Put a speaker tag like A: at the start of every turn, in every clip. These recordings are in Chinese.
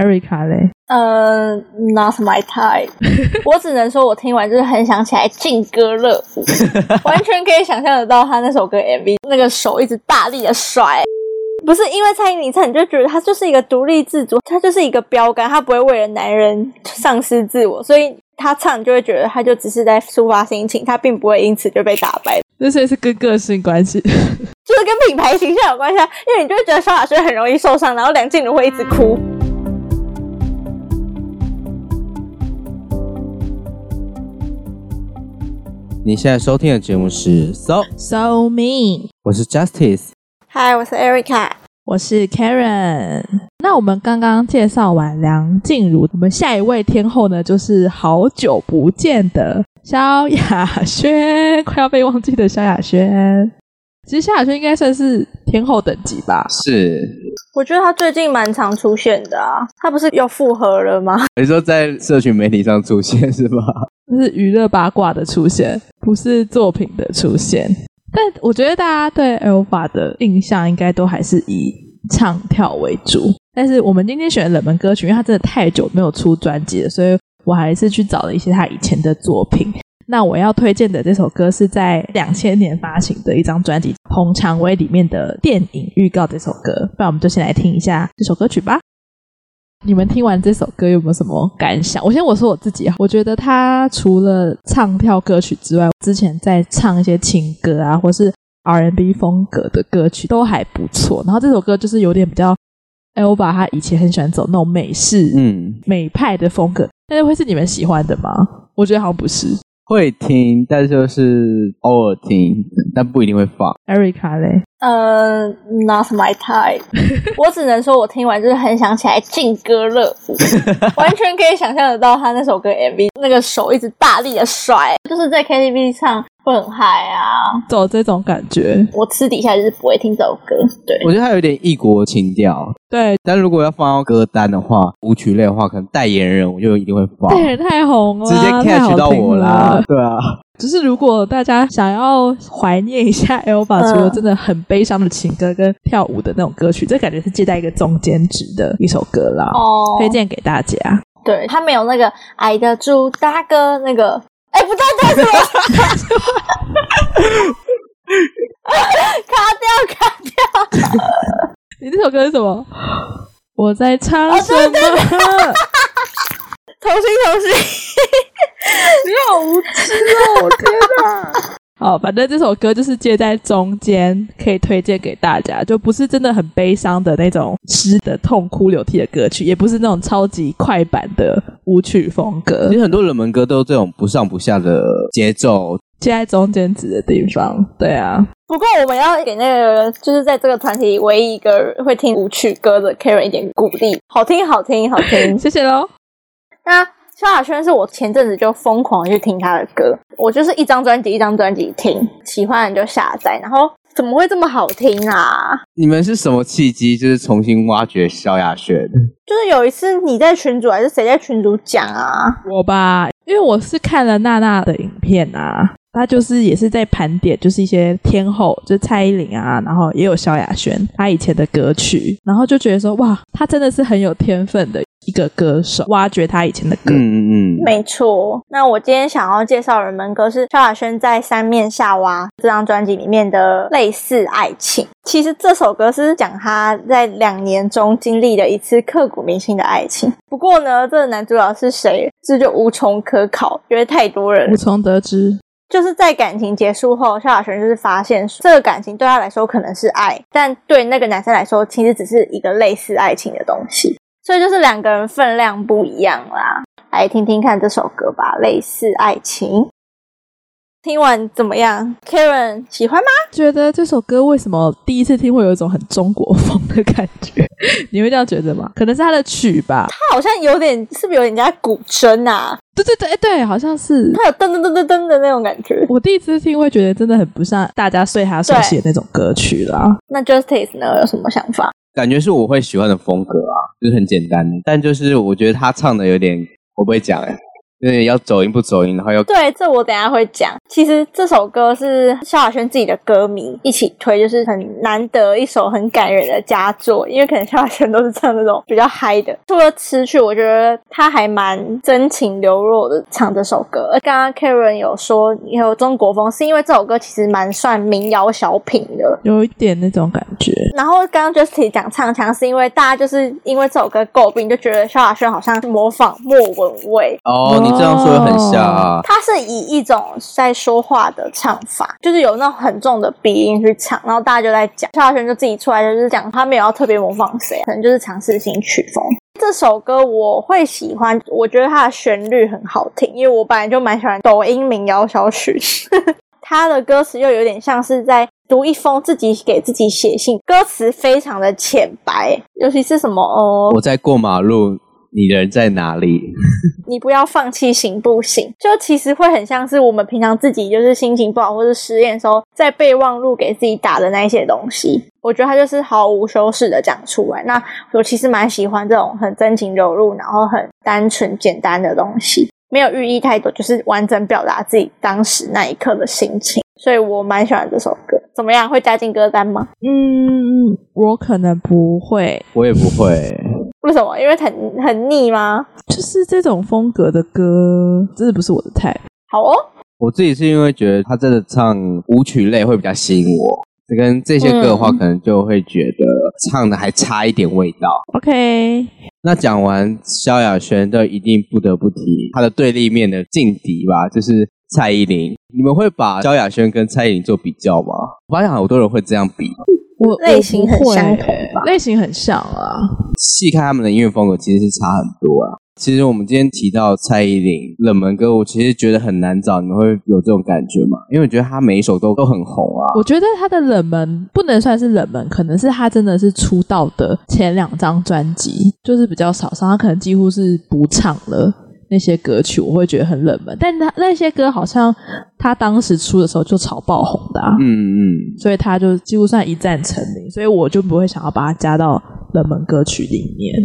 A: Erica 嘞，
B: 呃，not my type。我 只能说，我听完就是很想起来劲歌热舞，完全可以想象得到他那首歌 MV 那个手一直大力的甩。不是因为蔡依林唱，你就觉得她就是一个独立自主，她就是一个标杆，她不会为了男人丧失自我，所以她唱你就会觉得她就只是在抒发心情，她并不会因此就被打败。
A: 那所以是跟个性关系。
B: 就是跟品牌形象有关系啊，因为你就会觉得萧亚轩很容易受伤，然后梁静茹会一直哭。
C: 你现在收听的节目是 So，
A: So mean，
C: 我是 Justice。
B: 嗨，我是 Erica。
A: 我是 Karen。那我们刚刚介绍完梁静茹，我们下一位天后呢，就是好久不见的萧亚轩，快要被忘记的萧亚轩。其实萧亚轩应该算是天后等级吧，
C: 是，
B: 我觉得她最近蛮常出现的啊，她不是又复合了吗？
C: 你说在社群媒体上出现是吧？
A: 就是娱乐八卦的出现，不是作品的出现。但我觉得大家对 Alpha 的印象应该都还是以唱跳为主。但是我们今天选的冷门歌曲，因为他真的太久没有出专辑了，所以我还是去找了一些他以前的作品。那我要推荐的这首歌是在两千年发行的一张专辑《红蔷薇》里面的电影预告这首歌。不然我们就先来听一下这首歌曲吧。你们听完这首歌有没有什么感想？我先我说我自己啊，我觉得他除了唱跳歌曲之外，之前在唱一些情歌啊，或是 R&B 风格的歌曲都还不错。然后这首歌就是有点比较 Elva，他以前很喜欢走那种美式、
C: 嗯，
A: 美派的风格，但是会是你们喜欢的吗？我觉得好像不是。
C: 会听，但就是偶尔听，但不一定会放。
A: Erica 嘞，
B: 呃，not my type。我 只能说，我听完就是很想起来劲歌热 舞，完全可以想象得到她那首歌 MV 那个手一直大力的甩，就是在 KTV 唱会很嗨啊。
A: 走这种感觉，
B: 我私底下就是不会听这首歌，对。
C: 我觉得它有点异国情调，
A: 对，
C: 但如果要放到歌单的话，舞曲类的话，可能代言人我就一定会放，
A: 对，太红了，
C: 直接
A: 太
C: catch
A: 好
C: 到
A: 听哦
C: 我
A: 了
C: 啦。对啊，
A: 只是如果大家想要怀念一下 Elva
B: 嗯
A: 除了真的很悲伤的情歌跟跳舞的那种歌曲，这感觉是借在一个中间值的一首歌啦，
B: 哦
A: 推荐给大家。
B: 对他没有那个矮得住大哥那个，哎，不对，对什么？ 卡掉，卡掉。
A: 你这首歌是什么？哦我在唱什么？
B: 重新，重新。
A: 好，反正这首歌就是借在中间，可以推荐给大家，就不是真的很悲伤的那种湿的痛哭流涕的歌曲，也不是那种超级快板的舞曲风格
C: 其，实很多冷门歌都有这种不上不下的节奏，
A: 借在中间值的地方。对啊，
B: 不过我们要给那个，就是在这个团体里唯一一个会听舞曲歌的 Karen 一点鼓励，好听，好听，好听。
A: 谢谢喽。
B: 那萧亚轩是我前阵子就疯狂地去听他的歌，我就是一张专辑一张专辑听，喜欢的就下载，然后怎么会这么好听啊？
C: 你们是什么契机，就是重新挖掘萧亚轩？
B: 就是有一次你在群主还是谁在群主讲啊？
A: 我吧，因为我是看了娜娜的影片啊，她就是也是在盘点，就是一些天后，就是蔡依林啊，然后也有萧亚轩她以前的歌曲，然后就觉得说哇，她真的是很有天分的一个歌手，挖掘她以前的歌。
C: 嗯嗯嗯，
B: 没错，那我今天想要介绍人们歌是萧亚轩在《三面夏娃》这张专辑里面的《类似爱情》。其实这首歌是讲他在两年中经历的一次刻骨铭心的爱情。不过呢，这个男主角是谁，这就无从可考，因为太多人
A: 无从得知，
B: 就是在感情结束后，萧亚轩就是发现说这个感情对他来说可能是爱，但对那个男生来说，其实只是一个类似爱情的东西。所以就是两个人分量不一样啦。来听听看这首歌吧，《类似爱情》。听完怎么样？Karen 喜欢吗？
A: 觉得这首歌为什么第一次听会有一种很中国风的感觉？ 你会这样觉得吗？可能是他的曲吧。
B: 他好像有点，是不是有点在古筝啊？
A: 对对对，哎对，好像是。
B: 他有噔噔噔噔噔的那种感觉。
A: 我第一次听会觉得真的很不像大家最他所
B: 对
A: 写的那种歌曲啦。
B: 那 Justice 呢？有什么想法？
C: 感觉是我会喜欢的风格啊，就是很简单，但就是我觉得他唱的有点，我不会讲哎、对，要走音不走音，然后要
B: 对，这我等一下会讲。其实这首歌是萧亚轩自己的歌迷一起推，就是很难得一首很感人的佳作。因为可能萧亚轩都是唱那种比较嗨的。除了词曲，我觉得他还蛮真情流露的唱这首歌。而刚刚 Karen 有说也有中国风，是因为这首歌其实蛮算民谣小品的。
A: 有一点那种感觉。
B: 然后刚刚 Justy 讲唱腔，是因为大家就是因为这首歌诟病，就觉得萧亚轩好像模仿莫文蔚，
C: 哦，你这样说很像啊。
B: 他是以一种在说话的唱法，就是有那种很重的鼻音去唱，然后大家就在讲，萧亚轩就自己出来就是讲他没有要特别模仿谁，可能就是尝试新曲风。这首歌我会喜欢，我觉得它的旋律很好听，因为我本来就蛮喜欢抖音民谣小曲。 他的歌词又有点像是在读一封自己给自己写信，歌词非常的浅白，尤其是什么哦，
C: 我在过马路，你人在哪里？
B: 你不要放弃行不行？就其实会很像是我们平常自己就是心情不好或是失恋的时候，在备忘录给自己打的那一些东西。我觉得他就是毫无修饰的讲出来。那我其实蛮喜欢这种很真情流露，然后很单纯简单的东西，没有寓意太多，就是完整表达自己当时那一刻的心情。所以我蛮喜欢这首歌。怎么样？会加进歌单吗？
A: 嗯，我可能不会，
C: 我也不会。
B: 为什么？因为很很腻吗？
A: 就是这种风格的歌，真的不是我的 type。
B: 好哦，
C: 我自己是因为觉得他真的唱舞曲类会比较吸引我，这跟这些歌的话，
B: 嗯
C: 可能就会觉得唱的还差一点味道。
A: OK，
C: 那讲完萧亚轩，就一定不得不提他的对立面的劲敌吧，就是蔡依林。你们会把萧亚轩跟蔡依林做比较吗？我发现好多人会这样比，
A: 我
B: 类型很相同
A: 吧？类型很像啊，
C: 细看他们的音乐风格其实是差很多啊。其实我们今天提到蔡依林冷门歌，我其实觉得很难找，你们会有这种感觉吗？因为我觉得她每一首都都很红啊。
A: 我觉得他的冷门不能算是冷门，可能是他真的是出道的前两张专辑就是比较少上，他可能几乎是不唱了那些歌曲，我会觉得很冷门。但他那些歌好像他当时出的时候就炒爆红的、啊，
C: 嗯嗯，
A: 所以他就几乎算一战成名，所以我就不会想要把它加到冷门歌曲里面。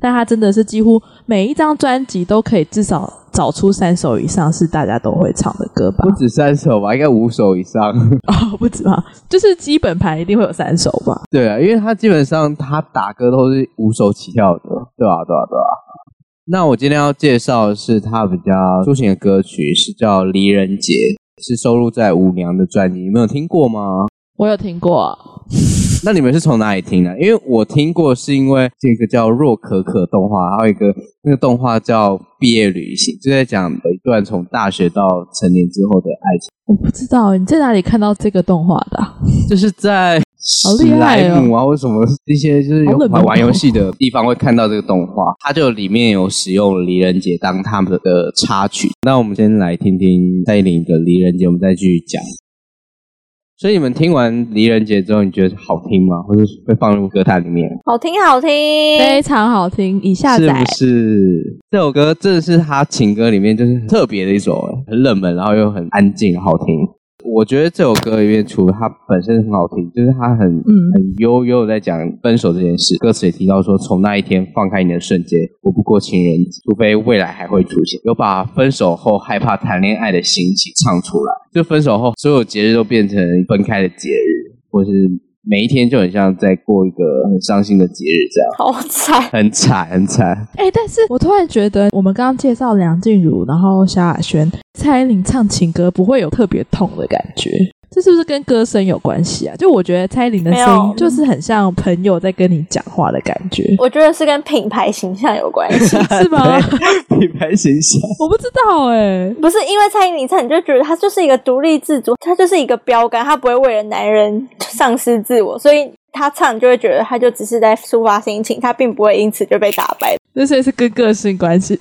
A: 但他真的是几乎每一张专辑都可以至少找出三首以上是大家都会唱的歌吧
C: 不？止三首吧，应该五首以上。
A: 哦，不止吧，就是基本盘一定会有三首吧？
C: 对啊，因为他基本上他打歌都是五首起跳的，对吧、啊？对啊？对啊？那我今天要介绍的是他比较抒情的歌曲，是叫《离人节》，是收录在舞娘的专辑，你们有听过吗？
A: 我有听过，啊
C: 那你们是从哪里听的？因为我听过，是因为这个叫若可可动画，还有一个那个动画叫《毕业旅行》，就在讲的一段从大学到成年之后的爱情，
A: 我不知道欸你在哪里看到这个动画的啊、
C: 就是在
A: 好
C: 史
A: 厉害
C: 莱
A: 哦
C: 姆啊，或什么一些就是有
A: 好冷门
C: 玩
A: 哦
C: 玩游戏的地方会看到这个动画，它就里面有使用离人节当他们的插曲。那我们先来听听蔡依林的《离人节》，我们再继续讲。所以你们听完《离人节》之后，你觉得好听吗？或者会放入歌坛里面？
B: 好听，好听。
A: 非常好听，已下
C: 是
A: 载
C: 不。是这首歌真的是他情歌里面就是很特别的一首，很冷门，然后又很安静，好听。我觉得这首歌里面除了它本身很好听，就是它很、
A: 嗯
C: 很悠悠地在讲分手这件事。歌词也提到说，从那一天放开你的瞬间，我不过情人节，除非未来还会出现。有把分手后害怕谈恋爱的心情唱出来，就分手后所有节日都变成分开的节日，或是每一天就很像在过一个很伤心的节日这样，
B: 好惨，
C: 很惨很惨。
A: 哎、但是我突然觉得，我们刚刚介绍梁静茹，然后萧亚轩、蔡依林唱情歌，不会有特别痛的感觉。这是不是跟歌声有关系啊？就我觉得蔡依林的
B: 没
A: 声
B: 有
A: 音就是很像朋友在跟你讲话的感觉，
B: 我觉得是跟品牌形象有关系。
A: 是吗？
C: 对？品牌形象。
A: 我不知道哎、
B: 不是因为蔡依林唱，你就觉得她就是一个独立自主，她就是一个标杆，她不会为了男人丧失自我，所以她唱你就会觉得她就只是在抒发心情，她并不会因此就被打败，
A: 那所以是跟个性关系。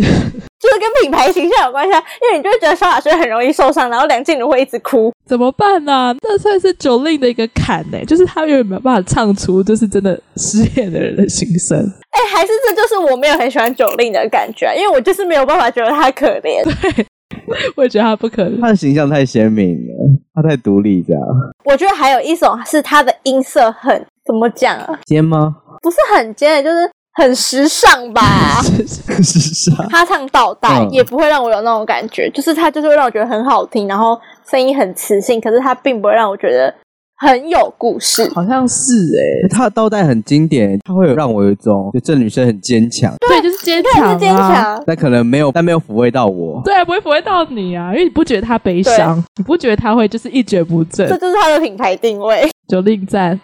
B: 就是跟品牌形象有关系啊。因为你就会觉得萧亚轩很容易受伤，然后梁静茹会一直哭，
A: 怎么办呢、啊？那算是九令的一个坎呢、就是他永远没有办法唱出就是真的失恋的人的心声。
B: 哎，还是这就是我没有很喜欢九令的感觉啊，因为我就是没有办法觉得她可怜。
A: 我也觉得他不可能。
C: 他的形象太鲜明了，他太独立这样。
B: 我觉得还有一种是她的音色很怎么讲啊，
C: 尖吗？
B: 不是很尖，就是很时尚吧？
C: 是啊啥？
B: 他唱倒带、
C: 嗯
B: 也不会让我有那种感觉，就是他就是会让我觉得很好听，然后声音很磁性，可是他并不会让我觉得很有故事。
A: 好啊像是哎、
C: 她的倒带很经典，她会让我有一种就这女生很坚强，
A: 对，就是坚
B: 对，
A: 强、啊，
B: 是坚。强，
C: 但可能没有，但没有抚慰到我。
A: 对啊，不会抚慰到你啊，因为你不觉得他悲伤，你不觉得他会就是一蹶不振
B: 这。就是他的品牌定位。
A: 九令赞，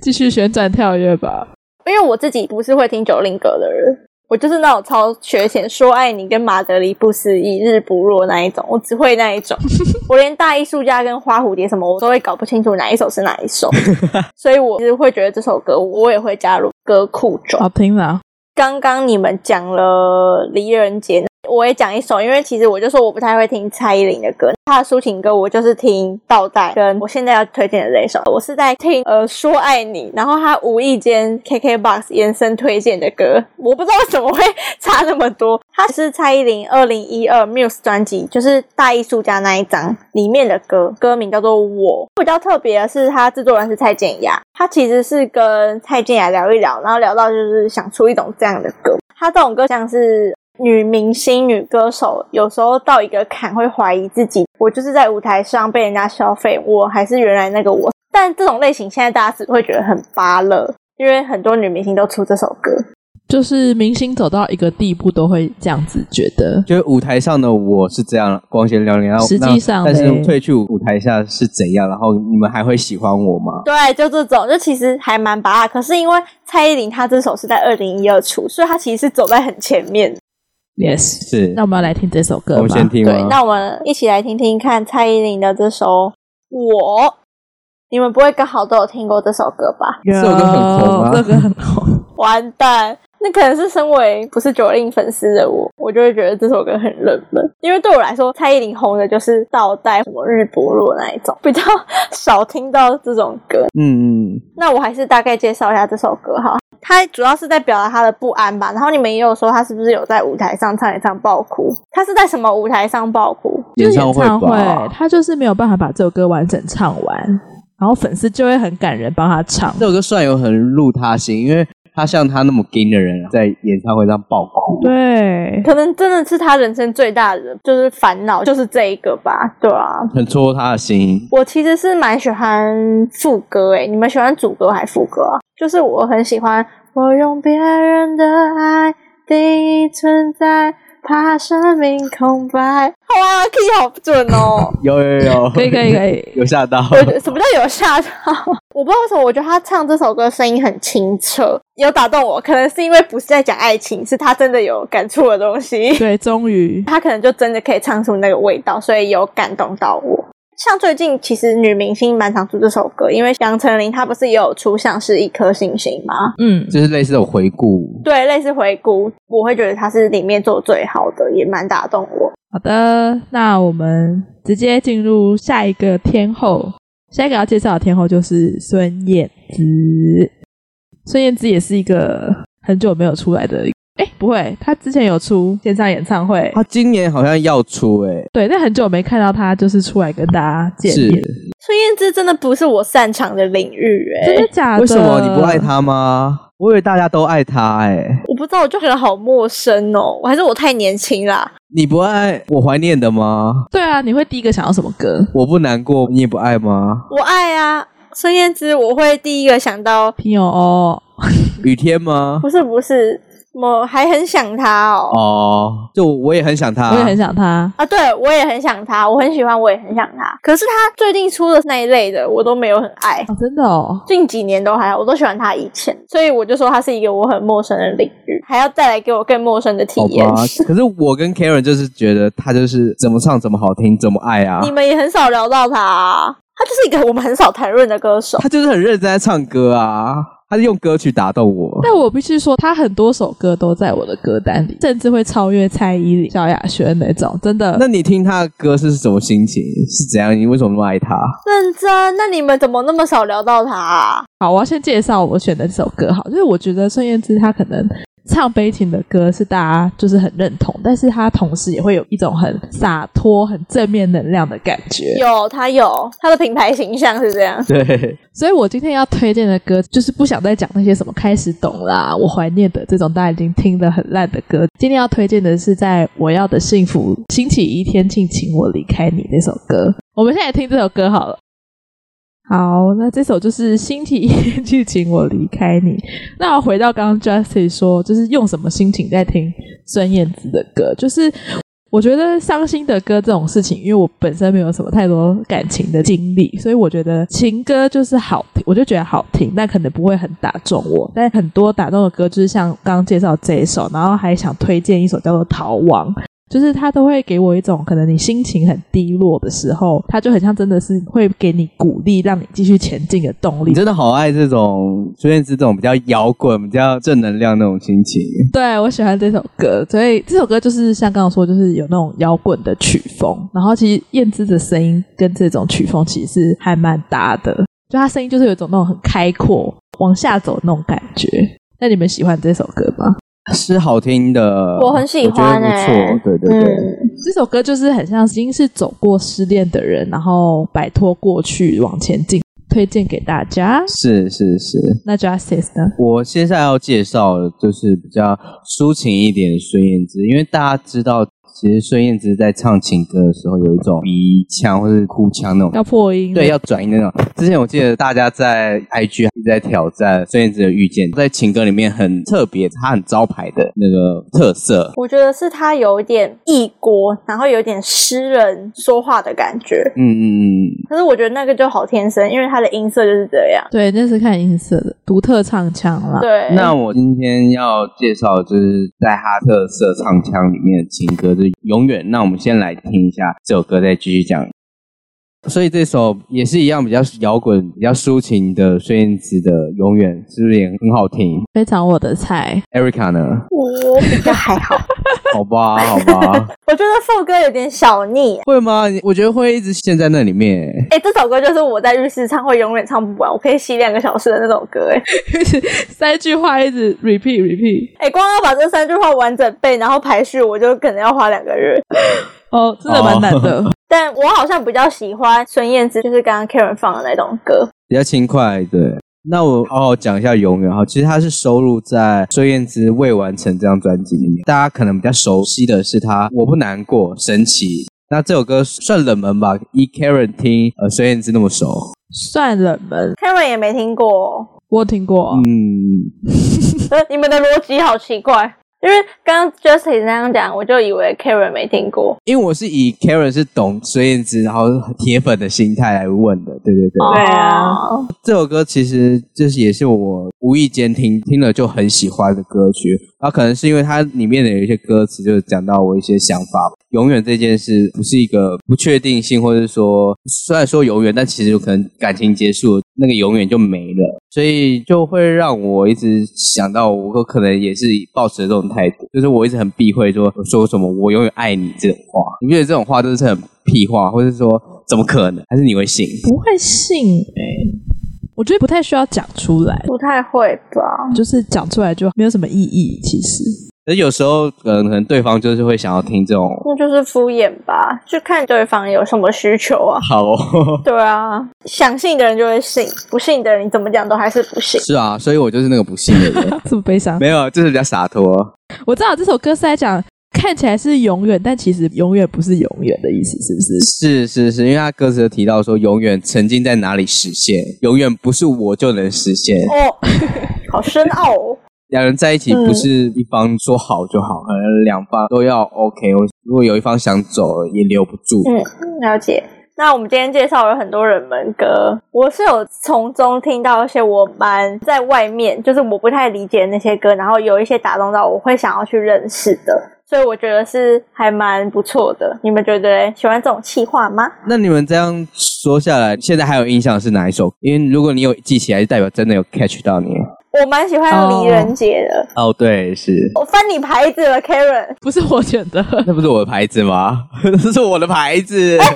A: 继续旋转跳跃吧。
B: 因为我自己不是会听九令歌的人，我就是那种超学弦，说爱你跟马德里不思议、日不落那一种，我只会那一种。我连大艺术家跟花蝴蝶什么，我都会搞不清楚哪一首是哪一首，所以我就是会觉得这首歌我也会加入歌库中。
A: 好听啦，
B: 刚刚你们讲了李仁杰，我也讲一首，因为其实我就说我不太会听蔡依林的歌，她的抒情歌我就是听倒带，跟我现在要推荐的这一首，我是在听呃说爱你，然后她无意间 KKBOX 延伸推荐的歌，我不知道为什么会差那么多，它是蔡依林二零一二 Muse 专辑，就是大艺术家那一张里面的歌，歌名叫做《我》。比较特别的是，它制作人是蔡健雅，他其实是跟蔡健雅聊一聊，然后聊到就是想出一种这样的歌。他这种歌像是女明星、女歌手，有时候到一个坎会怀疑自己，我就是在舞台上被人家消费，我还是原来那个我。但这种类型现在大家只会觉得很芭乐，因为很多女明星都出这首歌。
A: 就是明星走到一个地步都会这样子觉得，
C: 就是舞台上的我是这样光鲜亮丽，然后
A: 实际上
C: 那但
A: 嘞
C: 是退去舞台下是怎样？然后你们还会喜欢我吗？
B: 对，就这种，就其实还蛮拔辣。可是因为蔡依林她这首是在二零一二出，所以她其实是走在很前面。
A: Yes
C: 是，
A: 那我们要来听这首歌
C: 我
A: 吧。
C: 们先听
B: 对
C: 吗，？
B: 那我们一起来听听看蔡依林的这首《我》，你们不会刚好都有听过这首歌吧？
A: 有
C: 这首歌很红啊
A: 这首歌很红。
B: 完蛋，那可能是身为不是九令粉丝的我，我就会觉得这首歌很冷门，因为对我来说，蔡依林红的就是倒带什么日不落那一种，比较 少听到这种歌。
C: 嗯嗯，
B: 那我还是大概介绍一下这首歌哈。它主要是在表达他的不安吧，然后你们也有说他是不是有在舞台上唱一唱爆哭？他是在什么舞台上爆哭？
A: 就是
C: 唱
A: 演唱
C: 吧。
A: 他就是没有办法把这首歌完整唱完，然后粉丝就会很感人帮他唱。
C: 这首歌算有很入他心，因为他像他那么 gay 的人，在演唱会上爆哭。
A: 对，
B: 可能真的是他人生最大的就是烦恼，就是这一个吧，对啊。
C: 很戳他的心，
B: 我其实是蛮喜欢副歌诶，你们喜欢主歌还是副歌啊？就是我很喜欢我用别人的爱定义存在，怕生命空白。好啊，key 好准哦。
C: 有有 有，
A: 可以可以可以，
C: 有吓 到，
B: 我觉得什么叫 有吓到？ 我不知道为什么，我觉得他唱这首歌声音很清澈，有打动我。可能是因为不是在讲爱情，是他真的有感触的东西，
A: 对，终于
B: 他可能就真的可以唱出那个味道，所以有感动到我。像最近其实女明星蛮常出这首歌，因为杨丞琳她不是也有出像是一颗星星吗？
A: 嗯，
C: 就是类似的回顾。
B: 对，类似回顾，我会觉得她是里面做最好的，也蛮打动我。
A: 好的，那我们直接进入下一个天后。下一个要介绍的天后就是孙燕姿。孙燕姿也是一个很久没有出来的，哎，不会，她之前有出线上演唱会，
C: 他今年好像要出哎、
A: 对，但很久没看到她就是出来跟大家见
C: 是
A: 面，
B: 孙燕姿真的不是我擅长的领域、欸，
A: 真的假的？
C: 为什么你不爱他吗？我以为大家都爱他哎、
B: 我不知道，我就觉得好陌生哦，我还是我太年轻啦。
C: 你不爱我怀念的吗？
A: 对啊，你会第一个想到什么歌？
C: 我不难过，你也不爱吗？
B: 我爱啊，孙燕姿，我会第一个想到，
A: 听友哦，
C: 雨天吗？
B: 不是不是，我还很想她哦。
C: 哦，就我也很想他，
A: 我也很想他。
B: 啊，对，我也很想她，我很喜欢，我也很想她。可是她最近出的那一类的，我都没有很爱。
A: 哦，真的哦，
B: 近几年都还好，我都喜欢她以前，所以我就说她是一个我很陌生的领域，还要带来给我更陌生的体
C: 好
B: 验。
C: 吧。可是我跟 Karen 就是觉得他就是怎么唱怎么好听，怎么爱啊
B: 你。们也很少聊到她、啊，她就是一个我们很少谈论的歌手。
C: 他就是很认真在唱歌啊，他是用歌曲打动我。
A: 但我必须说，他很多首歌都在我的歌单里，甚至会超越蔡依林、萧亚轩那种，真的。
C: 那你听他的歌是什么心情？是怎样？你为什么那么爱他？
B: 认真，那你们怎么那么少聊到她、啊？
A: 好，我要先介绍我选的这首歌，好，就是我觉得孙燕姿她可能唱悲情的歌是大家就是很认同，但是它同时也会有一种很洒脱、很正面能量的感觉。
B: 有他有他的品牌形象是这样，
C: 对，
A: 所以我今天要推荐的歌，就是不想再讲那些什么开始懂啦、我怀念的这种大家已经听得很烂的歌。今天要推荐的是在我要的幸福星期一天庆请我离开你那首歌。我们现在听这首歌好了。好，那这首就是星期一天去请我离开你。那我回到刚刚 Justin 说，就是用什么心情在听孙燕姿的歌，就是我觉得伤心的歌这种事情，因为我本身没有什么太多感情的经历，所以我觉得情歌就是好听，我就觉得好听，但可能不会很打中我。但很多打动的歌，就是像刚刚介绍这一首，然后还想推荐一首叫做《逃亡》。就是它都会给我一种可能你心情很低落的时候，它就很像真的是会给你鼓励，让你继续前进的动力
C: 你。真的好爱这种孙燕姿这种比较摇滚、比较正能量那种心情。
A: 对，我喜欢这首歌，所以这首歌就是像刚刚说，就是有那种摇滚的曲风，然后其实燕姿的声音跟这种曲风其实还蛮搭的，就她声音就是有一种那种很开阔往下走的那种感觉。那你们喜欢这首歌吗？
C: 是好听的，
B: 我很喜欢
C: 我觉
B: 哎、
C: 得不错，对对对，
B: 嗯，
A: 这首歌就是很像已经是走过失恋的人，然后摆脱过去往前进，推荐给大家。
C: 是是是。
A: 那 Justice 呢？
C: 我接下来要介绍的就是比较抒情一点的孙燕姿，因为大家知道，其实孙燕姿在唱情歌的时候有一种鼻腔或是哭腔那种
A: 要破音，
C: 对，，要转移那种。之前我记得大家在 IG 一直在挑战孙燕姿的遇见，在情歌里面很特别，它很招牌的那个特色。
B: 我觉得是他有一点异国，然后有点诗人说话的感觉。
C: 嗯嗯嗯，
B: 可是我觉得那个就好天生，因为他的音色就是这样。
A: 对，那是看音色的独特唱腔啦。
B: 对，
C: 那我今天要介绍就是在哈特色唱腔里面的情歌，就是《永远》。那我们先来听一下这首歌，再继续讲。所以这首也是一样比较摇滚、比较抒情的孙燕姿的《永远》，是不是也很好听
A: 非常我的菜，
C: ？Erica 呢？
B: 我比较还好，
C: 好吧，好吧，
B: 我觉得副歌有点小腻。
C: 会吗？我觉得会一直陷在那里面。
B: 哎、这首歌就是我在浴室唱会永远唱不完，我可以洗两个小时的那种歌。哎，
A: 三句话一直 repeat repeat。
B: 哎，光要把这三句话完整背，然后排序，我就可能要花两个月。
A: 哦，真的蛮难的。
B: 但我好像比较喜欢孙燕姿，就是刚刚 Karen 放的那种歌。
C: 比较轻快，对。那我好好讲一下《永远》哈，其实它是收录在孙燕姿未完成这张专辑里面。大家可能比较熟悉的是她《我不难过》《神奇》。那这首歌算冷门吧，依 Karen 听呃孙燕姿那么熟，
A: 算冷门，
B: Karen 也没听过哦、
A: 我有听过。
C: 嗯，
B: 呃， 你们的逻辑好奇怪。因为刚刚 Justin 那样讲，我就以为 Karen 没听过。
C: 因为我是以 Karen 是懂孙燕姿，然后铁粉的心态来问的，对对对。
A: 哦
B: 啊，
C: 这首歌其实就是也是我无意间听听了就很喜欢的歌曲，然后可能是因为它里面的有一些歌词就是讲到我一些想法。永远这件事不是一个不确定性，或者说虽然说永远，但其实有可能感情结束，那个永远就没了，所以就会让我一直想到我可能也是抱持这种态度，就是我一直很避讳说说什么我永远爱你这种话，你不觉得这种话都是很屁话，或者说怎么可能？还是你会信？
A: 不会信哎、我觉得不太需要讲出来，
B: 不太会吧？
A: 就是讲出来就没有什么意义。其实
C: 而有时候，可能可能对方就是会想要听这种
B: 那就是敷衍吧，就看对方有什么需求啊。
C: 好、哦，
B: 对啊，想信的人就会信，不信的人你怎么讲都还是不信。
C: 是啊，所以我就是那个不信的人，
A: 这么悲伤，
C: 没有，就是比较洒脱。
A: 我知道这首歌是在讲看起来是永远，但其实永远不是永远的意思，是不是？
C: 是是是，因为他歌词有提到说，永远曾经在哪里实现，永远不是我就能实现。
B: 哦，好深奥哦。
C: 两人在一起
B: 嗯
C: 不是一方说好就好，可能两方都要 OK。如果有一方想走了，也留不住。
B: 嗯了解。那我们今天介绍了很多人们歌，我是有从中听到一些我蛮在外面，就是我不太理解的那些歌，然后有一些打动到我会想要去认识的，所以我觉得是还蛮不错的。你们觉得嘞喜欢这种气话吗？
C: 那你们这样说下来，现在还有印象是哪一首？因为如果你有记起来，就代表真的有 catch 到你。
B: 我蛮喜欢
A: 哦
B: 李仁杰的。
C: 哦，对，是。
B: 我翻你牌子了，Karen。
A: 不是我选的， 哎
C: 那不是我的牌子吗？这是我的牌子。
A: 哎、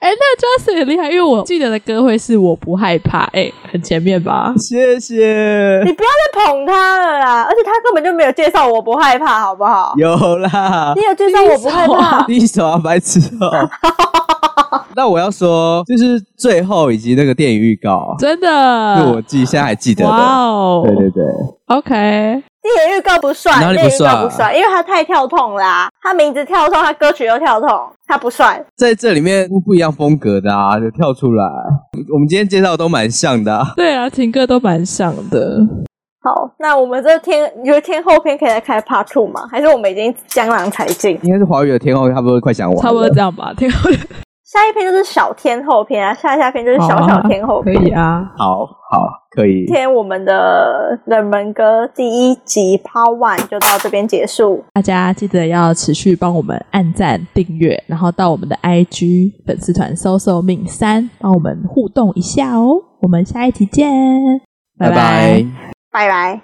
A: 哎、那 Justin 很厉害，因为我记得的歌会是我不害怕，哎、很前面吧？
C: 谢谢。
B: 太捧他了啦！而且他根本就没有介绍我不害怕，好不好？
C: 有 啦，
B: 你有介绍我不害怕，
C: 第一首啊，白痴哦、那我要说，就是最后以及那个电影预告，啊
A: 真
C: 是我
A: 的，
C: 记现在还记得
A: 哇
C: 的。
A: 哦
C: 对对对，
A: ，OK，
B: 电影预告不帅，
C: 哪里
B: 电
C: 不
B: 影预
C: 帅啊
B: 告不帅，因为他太跳痛啦、他名字跳痛，他歌曲又跳痛，他不帅。
C: 在这里面不一样风格的啊，就跳出来。我们今天介绍的都蛮像的、啊，
A: 对啊，情歌都蛮像的。
B: 好，那我们这天，你觉得天后篇可以再开 Part Two 吗？还是我们已经江郎才尽？
C: 应该是华语的天后，差不多快讲完了，
A: 差不多这样吧，挺好的，
B: 下一篇就是小天后篇啊，下下篇就是小小天后
A: 可
B: 篇。
A: 以啊。
C: 好好可以
B: 今。天我们的冷门歌第一集 Part One 就到这边结束。
A: 大家记得要持续帮我们按赞、订阅，然后到我们的 IG 粉丝团搜搜命三，帮我们互动一下哦。我们下一集见，拜
C: 拜拜
A: 拜
B: 拜拜。